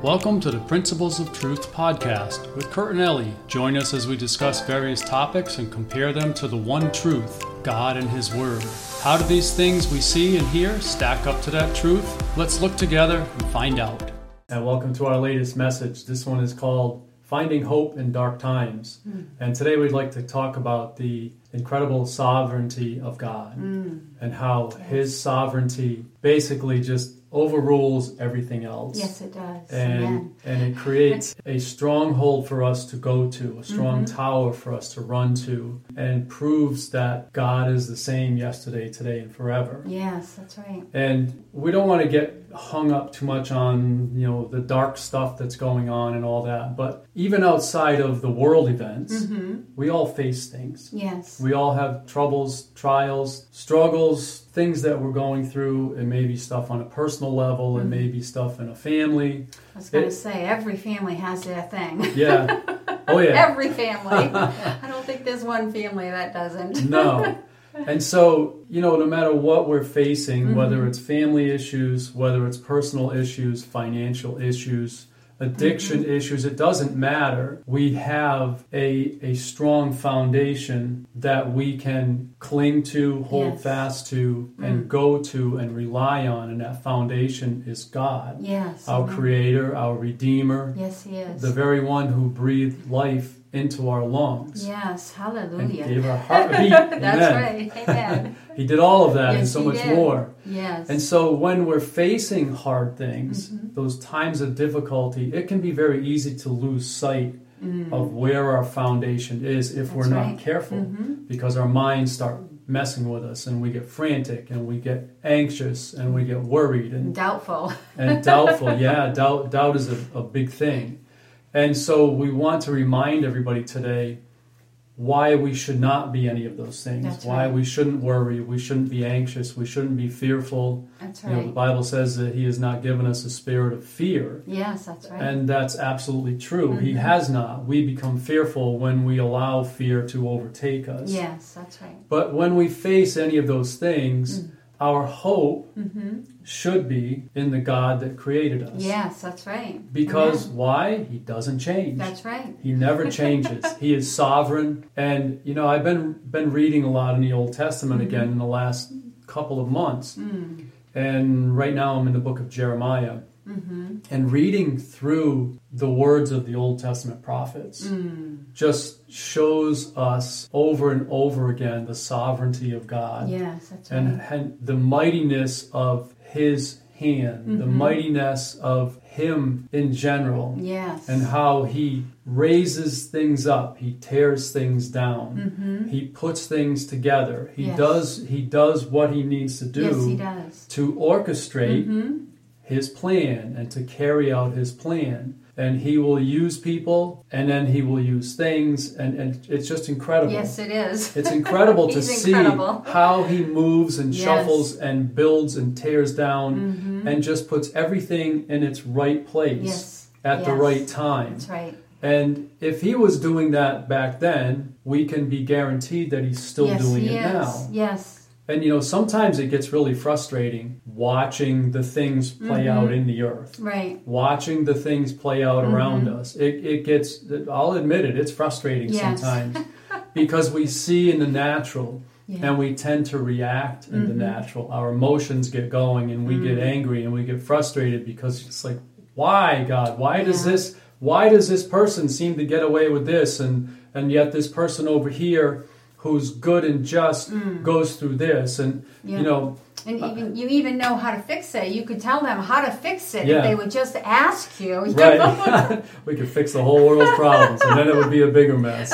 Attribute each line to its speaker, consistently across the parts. Speaker 1: Welcome to the Principles of Truth podcast with Kurt and Ellie. Join us as we discuss various topics and compare them to the one truth, God and His Word. How do these things we see and hear stack up to that truth? Let's look together and find out. And welcome to our latest message. This one is called Finding Hope in Dark Times. And today we'd like to talk about the incredible sovereignty of God and how His sovereignty basically just overrules everything else
Speaker 2: Yes, it does.
Speaker 1: and
Speaker 2: Amen.
Speaker 1: and it creates a stronghold for us to go to, a strong tower for us to run to, and proves that God is the same yesterday, today, and forever.
Speaker 2: Yes, that's right.
Speaker 1: And we don't want to get hung up too much on you know the dark stuff that's going on and all that, but even outside of the world events, we all face things.
Speaker 2: Yes.
Speaker 1: We all have troubles, trials, struggles, things that we're going through, and maybe stuff on a personal level, and maybe stuff in a family.
Speaker 2: I was going
Speaker 1: it-
Speaker 2: to say, every family has their thing.
Speaker 1: Yeah. Oh yeah.
Speaker 2: Every family. I don't think there's one family that doesn't.
Speaker 1: No. And so, you know, no matter what we're facing,
Speaker 2: Mm-hmm.
Speaker 1: whether it's family issues, whether it's personal issues, financial issues, addiction
Speaker 2: Mm-hmm.
Speaker 1: issues, it doesn't matter. We have a a strong foundation that we can cling to, hold
Speaker 2: Yes. Mm.
Speaker 1: fast to, and go to and rely on, and that foundation is God,
Speaker 2: Yes.
Speaker 1: our
Speaker 2: amen.
Speaker 1: creator, our redeemer,
Speaker 2: Yes, he is.
Speaker 1: the very one who breathed life into our lungs.
Speaker 2: yes.
Speaker 1: and
Speaker 2: Hallelujah.
Speaker 1: gave our heart a beat. Amen.
Speaker 2: That's right. Amen.
Speaker 1: He did all of that and
Speaker 2: Yes,
Speaker 1: so
Speaker 2: he
Speaker 1: much
Speaker 2: did.
Speaker 1: more.
Speaker 2: yes.
Speaker 1: And so when we're facing hard things,
Speaker 2: Mm-hmm.
Speaker 1: those times of difficulty, it can be very easy to lose sight of where our foundation is if we're
Speaker 2: Mm. That's
Speaker 1: not
Speaker 2: right. Mm-hmm.
Speaker 1: careful because our minds start messing with us and we get frantic and we get anxious and we get worried and
Speaker 2: Doubtful.
Speaker 1: and doubtful yeah doubt doubt is a, a big thing and so we want to remind everybody today why we should not be any of those things
Speaker 2: That's
Speaker 1: why
Speaker 2: right.
Speaker 1: we shouldn't worry we shouldn't be anxious we shouldn't be fearful
Speaker 2: That's
Speaker 1: you know the
Speaker 2: right.
Speaker 1: bible says that he has not given us a spirit of fear
Speaker 2: Yes, that's right. Mm-hmm.
Speaker 1: and that's absolutely true he has not we become fearful when we allow fear to overtake us
Speaker 2: yes, that's right.
Speaker 1: but when we face any of those things
Speaker 2: Mm.
Speaker 1: our hope
Speaker 2: Mm-hmm.
Speaker 1: should be in the god that created us
Speaker 2: Yes, that's right.
Speaker 1: because
Speaker 2: Amen.
Speaker 1: why? He doesn't change.
Speaker 2: that's right.
Speaker 1: he never changes. he is sovereign. And you know, I've been been reading a lot in the Old Testament again in the last couple of months. And right now I'm in the book of Jeremiah. And reading through the words of the Old Testament prophets just shows us over and over again the sovereignty of God
Speaker 2: Yes, that's right.
Speaker 1: and, and the mightiness of his hand, the
Speaker 2: Mm-hmm.
Speaker 1: mightiness of him in general,
Speaker 2: yes.
Speaker 1: and how he raises things up, he tears things down, he puts things together, he
Speaker 2: Mm-hmm. Yes.
Speaker 1: does he does what he needs to do
Speaker 2: yes, he does. Mm-hmm.
Speaker 1: to orchestrate his plan and to carry out his plan. And he will use people and then he will use things and, and it's just incredible.
Speaker 2: Yes, it is.
Speaker 1: It's incredible to
Speaker 2: He's
Speaker 1: see
Speaker 2: incredible.
Speaker 1: how he moves and
Speaker 2: Yes. Mm-hmm.
Speaker 1: shuffles and builds and tears down and just puts everything in its right place
Speaker 2: Yes.
Speaker 1: at the
Speaker 2: Yes.
Speaker 1: right time.
Speaker 2: That's right.
Speaker 1: And if he was doing that back then, we can be guaranteed that he's still
Speaker 2: yes,
Speaker 1: doing
Speaker 2: he
Speaker 1: it
Speaker 2: is.
Speaker 1: now.
Speaker 2: Yes.
Speaker 1: And you know, sometimes it gets really frustrating watching the things play
Speaker 2: Mm-hmm.
Speaker 1: out in the earth.
Speaker 2: Right.
Speaker 1: Watching the things play out
Speaker 2: Mm-hmm.
Speaker 1: around us. It, it gets, I'll admit it, it's frustrating
Speaker 2: Yes.
Speaker 1: sometimes because we see in the natural
Speaker 2: Yeah. Mm-hmm.
Speaker 1: and we tend to react in the natural. Our emotions get going and we get
Speaker 2: Mm.
Speaker 1: angry and we get frustrated because it's like, why God? Why does
Speaker 2: Yeah.
Speaker 1: this why does this person seem to get away with this and and yet this person over here who's good and just goes through this and
Speaker 2: Mm. Yeah.
Speaker 1: you know
Speaker 2: And even you even know how to fix it. You could tell them how to fix it
Speaker 1: Yeah.
Speaker 2: if they would just ask you. you know?
Speaker 1: right we could fix the whole world's problems and then it would be a bigger mess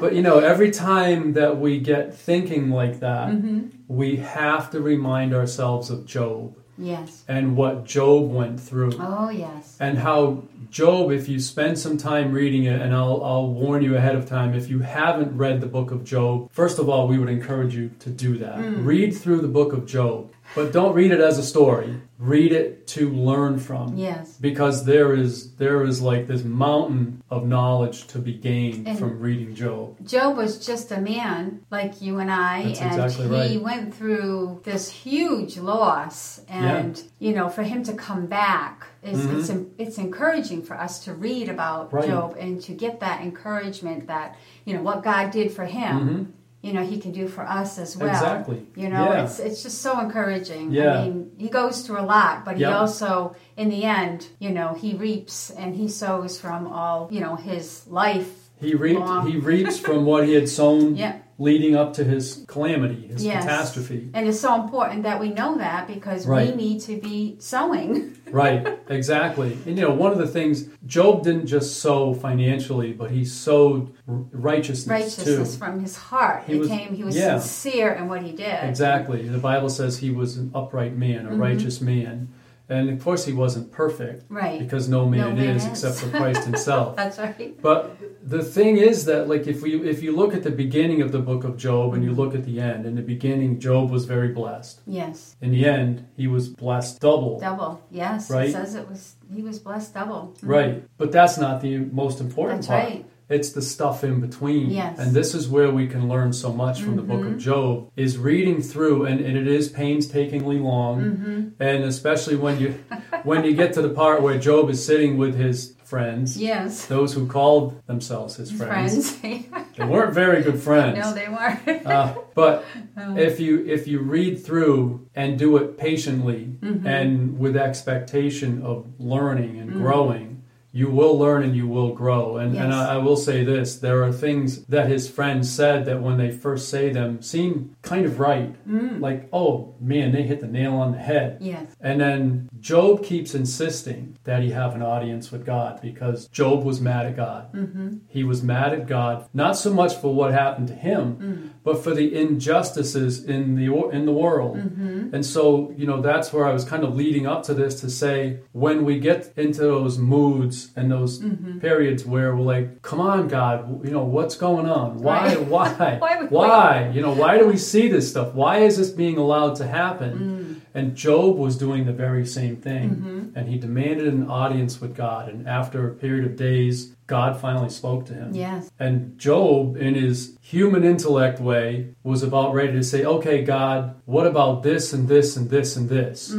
Speaker 1: but you know every time that we get thinking like that
Speaker 2: Mm-hmm.
Speaker 1: we have to remind ourselves of job
Speaker 2: Yes.
Speaker 1: and what Job went through,
Speaker 2: Oh yes.
Speaker 1: and how Job, if you spend some time reading it, and I'll, I'll warn you ahead of time, if you
Speaker 2: Hmm.
Speaker 1: haven't read the book of Job, first of all, we would encourage you to do that. Read through the book of Job. But don't read it as a story. Read it to learn from.
Speaker 2: Yes.
Speaker 1: Because there is there is like this mountain of knowledge to be gained
Speaker 2: And-
Speaker 1: from reading Job.
Speaker 2: Job was just a man like you and I,
Speaker 1: That's
Speaker 2: and
Speaker 1: exactly
Speaker 2: he
Speaker 1: right.
Speaker 2: went through this huge loss. And you know, for him to come back is it's en- it's encouraging for us to read about
Speaker 1: Mm-hmm. Right.
Speaker 2: Job and to get that encouragement that you know what God did for him. You know, he can do for us as well.
Speaker 1: Mm-hmm. Exactly.
Speaker 2: You know,
Speaker 1: Yeah.
Speaker 2: it's it's just so encouraging.
Speaker 1: Yeah.
Speaker 2: I mean, he goes through a lot, but he
Speaker 1: Yeah.
Speaker 2: also, in the end, you know, he reaps and he sows from all you know his life
Speaker 1: He reaped
Speaker 2: Wow.
Speaker 1: he reaps from what he had sown
Speaker 2: Yeah.
Speaker 1: leading up to his calamity, his
Speaker 2: Yes.
Speaker 1: catastrophe.
Speaker 2: And it's so important that we know that because
Speaker 1: Right.
Speaker 2: we need to be sewing.
Speaker 1: Right, exactly. And you know, one of the things Job didn't just sow financially, but he sowed r- righteousness,
Speaker 2: Righteousness
Speaker 1: too.
Speaker 2: from his heart.
Speaker 1: He
Speaker 2: He
Speaker 1: was-
Speaker 2: came. He was
Speaker 1: yeah.
Speaker 2: sincere in what he did.
Speaker 1: Exactly. The Bible says he was an upright man, a
Speaker 2: Mm-hmm.
Speaker 1: righteous man. And of course, he wasn't perfect
Speaker 2: Right.
Speaker 1: because no man
Speaker 2: No
Speaker 1: it
Speaker 2: man
Speaker 1: is
Speaker 2: is.
Speaker 1: except for Christ himself.
Speaker 2: That's right.
Speaker 1: But the thing is that, like, if we if you look at the beginning of the book of Job
Speaker 2: Mm-hmm.
Speaker 1: and you look at the end, in the beginning, Job was very blessed.
Speaker 2: Yes.
Speaker 1: In the end, he was blessed double.
Speaker 2: Double. Yes.
Speaker 1: Right.
Speaker 2: It says it was. He was blessed double. Mm-hmm.
Speaker 1: Right. But that's not the most important
Speaker 2: That's
Speaker 1: part.
Speaker 2: right.
Speaker 1: It's the stuff in between.
Speaker 2: Yes. Mm-hmm.
Speaker 1: And this is where we can learn so much from the book of Job is reading through and, and it is painstakingly long.
Speaker 2: Mm-hmm.
Speaker 1: And especially when you when you get to the part where Job is sitting with his friends,
Speaker 2: Yes.
Speaker 1: those who called themselves his friends.
Speaker 2: Friends.
Speaker 1: They weren't very good friends.
Speaker 2: no, they weren't.
Speaker 1: Uh, but if you if you read through and do it patiently and with expectation of learning and growing you will learn and you will grow and, and
Speaker 2: Yes.
Speaker 1: I, I will say this there are things that his friends said that when they first say them seem kind of right like oh man they hit the nail on the head
Speaker 2: yes.
Speaker 1: and then Job keeps insisting that he have an audience with God because Job was mad at God. Mm-hmm. He was mad at God not so much for what happened to him,
Speaker 2: Mm.
Speaker 1: but for the injustices in the wor- in the world.
Speaker 2: Mm-hmm.
Speaker 1: And so, you know, that's where I was kind of leading up to this to say when we get into those moods and those
Speaker 2: Mm-hmm.
Speaker 1: periods where we're like, "Come on, God, you know what's going on? Why,
Speaker 2: Right.
Speaker 1: why,
Speaker 2: Why would we-
Speaker 1: why? You know, why do we see this stuff? Why is this being allowed to happen? And Job was doing the very same thing. And he demanded an audience with God. And after a period of days, God finally spoke to him.
Speaker 2: Yes.
Speaker 1: And Job, in his human intellect way, was about ready to say, Okay, God, what about this and this and this and this?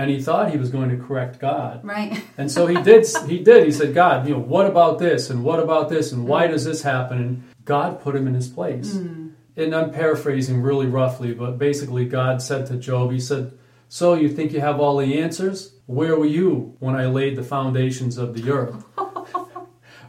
Speaker 1: And he thought he was going to correct God.
Speaker 2: Right.
Speaker 1: And so he did. He did. He said, "God, you know, what about this? And what about this? And why does this happen?" And God put him in his place.
Speaker 2: Hmm.
Speaker 1: And I'm paraphrasing really roughly, but basically, God said to Job, He said, "So you think you have all the answers? Where were you when I laid the foundations of the earth?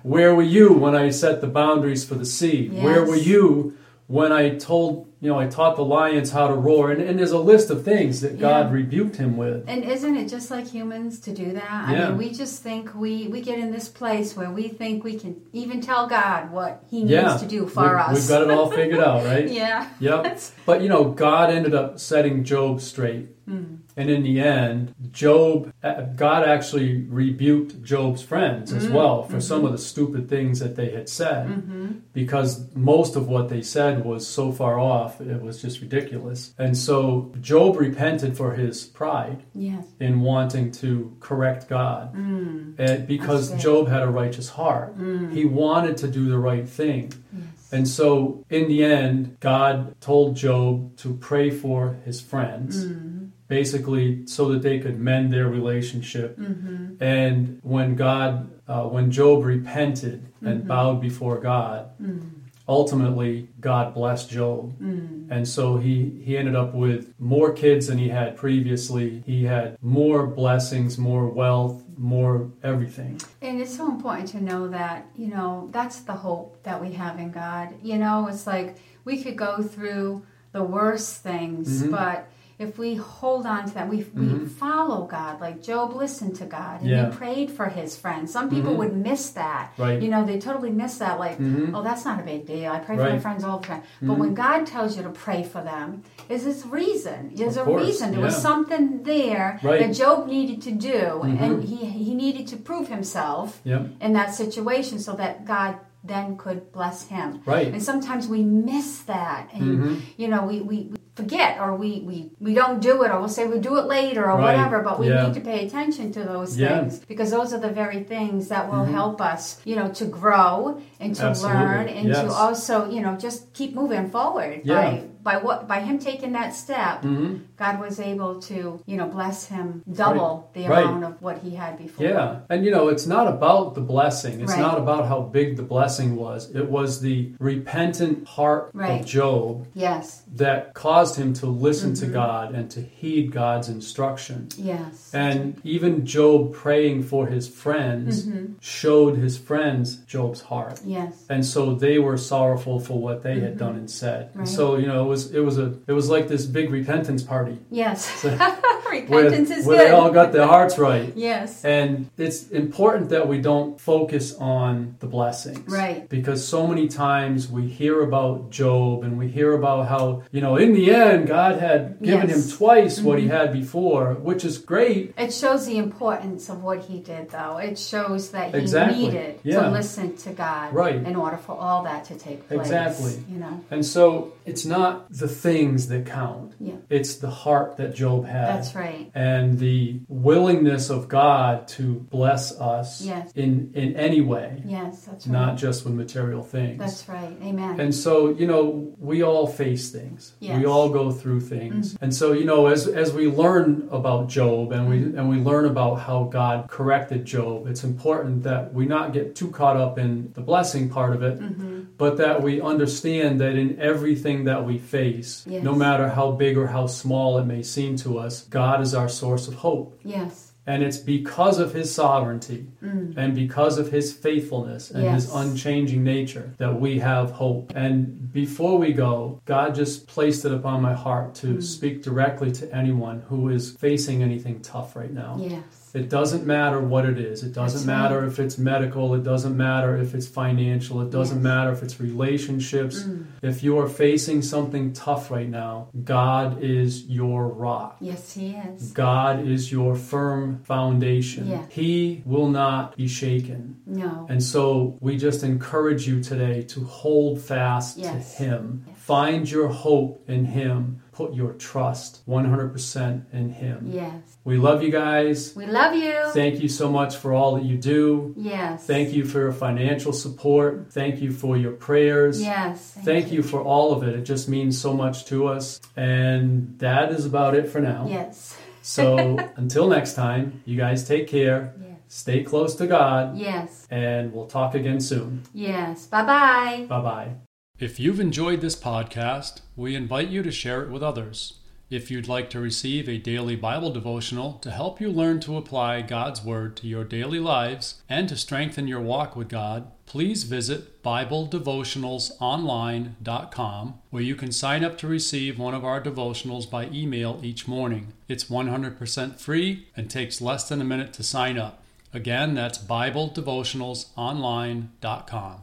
Speaker 1: Where were you when I set the boundaries for the sea? Where were
Speaker 2: Yes.
Speaker 1: you when I told?" You know, I taught the lions how to roar, and, and there's a list of things that God
Speaker 2: Yeah.
Speaker 1: rebuked him with.
Speaker 2: And isn't it just like humans to do that? I
Speaker 1: Yeah.
Speaker 2: mean, we just think we we get in this place where we think we can even tell God what He needs
Speaker 1: yeah,
Speaker 2: to do for
Speaker 1: we,
Speaker 2: us.
Speaker 1: We've got it all figured out, right?
Speaker 2: yeah.
Speaker 1: Yep. But you know, God ended up setting Job straight.
Speaker 2: Hmm.
Speaker 1: And in the end, Job, uh, God actually rebuked Job's friends
Speaker 2: Hmm.
Speaker 1: as well for
Speaker 2: Mm-hmm.
Speaker 1: some of the stupid things that they had said, because most of what they said was so far off, it was just ridiculous. And so Job repented for his pride
Speaker 2: Yes.
Speaker 1: in wanting to correct God and because
Speaker 2: Mm. That's good. Mm.
Speaker 1: Job had a righteous heart. He wanted to do the right thing.
Speaker 2: Yes.
Speaker 1: And so, in the end, God told Job to pray for his friends,
Speaker 2: Mm.
Speaker 1: basically, so that they could mend their relationship.
Speaker 2: Mm-hmm.
Speaker 1: And when God, uh, when Job repented
Speaker 2: Mm-hmm.
Speaker 1: and bowed before God,
Speaker 2: Mm.
Speaker 1: ultimately God blessed Job. And so he, he ended up with more kids than he had previously. He had more blessings, more wealth, more everything.
Speaker 2: And it's so important to know that, you know, that's the hope that we have in God. You know, it's like we could go through the worst things,
Speaker 1: Mm-hmm.
Speaker 2: but if we hold on to that, we, we follow God. Like Job listened to God and
Speaker 1: Yeah. Mm-hmm.
Speaker 2: he prayed for his friends. Some people would miss that.
Speaker 1: Right. Mm-hmm.
Speaker 2: You know, they totally miss that. Like, oh, that's not a big deal. I pray for my
Speaker 1: Right. Mm-hmm.
Speaker 2: friends all the time. But when God tells you to pray for them, is this reason? There's
Speaker 1: Of
Speaker 2: a
Speaker 1: course,
Speaker 2: reason. There
Speaker 1: yeah.
Speaker 2: was something there
Speaker 1: Right.
Speaker 2: that Job needed to do, and he, he needed to prove himself
Speaker 1: Yep.
Speaker 2: in that situation so that God then could bless him.
Speaker 1: Right. Mm-hmm.
Speaker 2: And sometimes we miss that, and you know, we, we forget or we, we, we don't do it or we'll say we do it later or
Speaker 1: Right.
Speaker 2: whatever but we
Speaker 1: Yeah.
Speaker 2: need to pay attention to those
Speaker 1: Yeah. Mm-hmm.
Speaker 2: things because those are the very things that will help us you know to grow and to
Speaker 1: Absolutely.
Speaker 2: learn and to
Speaker 1: Yes.
Speaker 2: also you know just keep moving forward
Speaker 1: Yeah. Mm-hmm.
Speaker 2: by by what by him taking that step god was able to you know bless him double the
Speaker 1: Right.
Speaker 2: amount of what he had before
Speaker 1: Yeah. And you know, it's not about the blessing. It's
Speaker 2: Right.
Speaker 1: not about how big the blessing was. It was the repentant heart
Speaker 2: Right.
Speaker 1: of Job
Speaker 2: yes
Speaker 1: that caused him to listen
Speaker 2: Mm-hmm.
Speaker 1: to God and to heed God's instruction.
Speaker 2: yes
Speaker 1: And even Job praying for his friends
Speaker 2: Mm-hmm.
Speaker 1: showed his friends Job's heart.
Speaker 2: yes
Speaker 1: And so they were sorrowful for what they had done and said. And
Speaker 2: Mm-hmm. Right.
Speaker 1: so, you know, it was it was a it was like this big repentance party
Speaker 2: yes
Speaker 1: where,
Speaker 2: repentance is
Speaker 1: where
Speaker 2: good
Speaker 1: they all got their hearts right.
Speaker 2: yes
Speaker 1: And it's important that we don't focus on the blessings.
Speaker 2: Right.
Speaker 1: Because so many times we hear about Job and we hear about how, you know, in the end, God had given
Speaker 2: Yes. Mm-hmm.
Speaker 1: him twice what he had before, which is great.
Speaker 2: It shows the importance of what he did, though. It shows that he
Speaker 1: Exactly.
Speaker 2: needed
Speaker 1: Yeah.
Speaker 2: to listen to God
Speaker 1: Right.
Speaker 2: in order for all that to take place.
Speaker 1: Exactly.
Speaker 2: You know,
Speaker 1: And so it's not the things that count,
Speaker 2: Yeah.
Speaker 1: it's the heart that Job had.
Speaker 2: that's right.
Speaker 1: And the willingness of God to bless us
Speaker 2: Yes.
Speaker 1: in, in any way,
Speaker 2: Yes, that's right.
Speaker 1: not just with material things.
Speaker 2: that's right. Amen.
Speaker 1: And so, you know, we all face things.
Speaker 2: Yes. Mm-hmm.
Speaker 1: We all go through things. And so, you know, as as we learn about Job and we
Speaker 2: Mm-hmm.
Speaker 1: and we learn about how God corrected Job, it's important that we not get too caught up in the blessing part of it,
Speaker 2: Mm-hmm.
Speaker 1: but that we understand that in everything that we face,
Speaker 2: Yes.
Speaker 1: no matter how big or how small it may seem to us, God is our source of hope.
Speaker 2: yes, Mm.
Speaker 1: And it's because of his sovereignty and because of his faithfulness and his
Speaker 2: Yes.
Speaker 1: unchanging nature that we have hope. And before we go, God just placed it upon my heart to
Speaker 2: Mm.
Speaker 1: speak directly to anyone who is facing anything tough right now.
Speaker 2: yes,
Speaker 1: It doesn't matter what it is. It doesn't
Speaker 2: That's right.
Speaker 1: matter if it's medical. It doesn't matter if it's financial. It doesn't
Speaker 2: Yes. Mm.
Speaker 1: matter if it's relationships. If you are facing something tough right now, God is your rock.
Speaker 2: yes, he is.
Speaker 1: God is your firm foundation.
Speaker 2: Yeah.
Speaker 1: He will not be shaken.
Speaker 2: No.
Speaker 1: And so we just encourage you today to hold fast
Speaker 2: Yes.
Speaker 1: to Him.
Speaker 2: Yes.
Speaker 1: Find your hope in Him. Put your trust 100% in Him.
Speaker 2: yes.
Speaker 1: We love you guys.
Speaker 2: We love you.
Speaker 1: Thank you so much for all that you do.
Speaker 2: yes.
Speaker 1: Thank you for your financial support. Thank you for your prayers.
Speaker 2: Yes.
Speaker 1: Thank you for all of it. It just means so much to us. And that is about it for now.
Speaker 2: Yes.
Speaker 1: So until next time, you guys take care,
Speaker 2: Yes.
Speaker 1: stay close to God,
Speaker 2: Yes.
Speaker 1: and we'll talk again soon.
Speaker 2: Yes. Bye bye.
Speaker 1: Bye bye. If you've enjoyed this podcast, we invite you to share it with others. If you'd like to receive a daily Bible devotional to help you learn to apply God's Word to your daily lives and to strengthen your walk with God, please visit BibleDevotionalsOnline.com where you can sign up to receive one of our devotionals by email each morning. It's 100% free and takes less than a minute to sign up. Again, that's BibleDevotionalsOnline.com.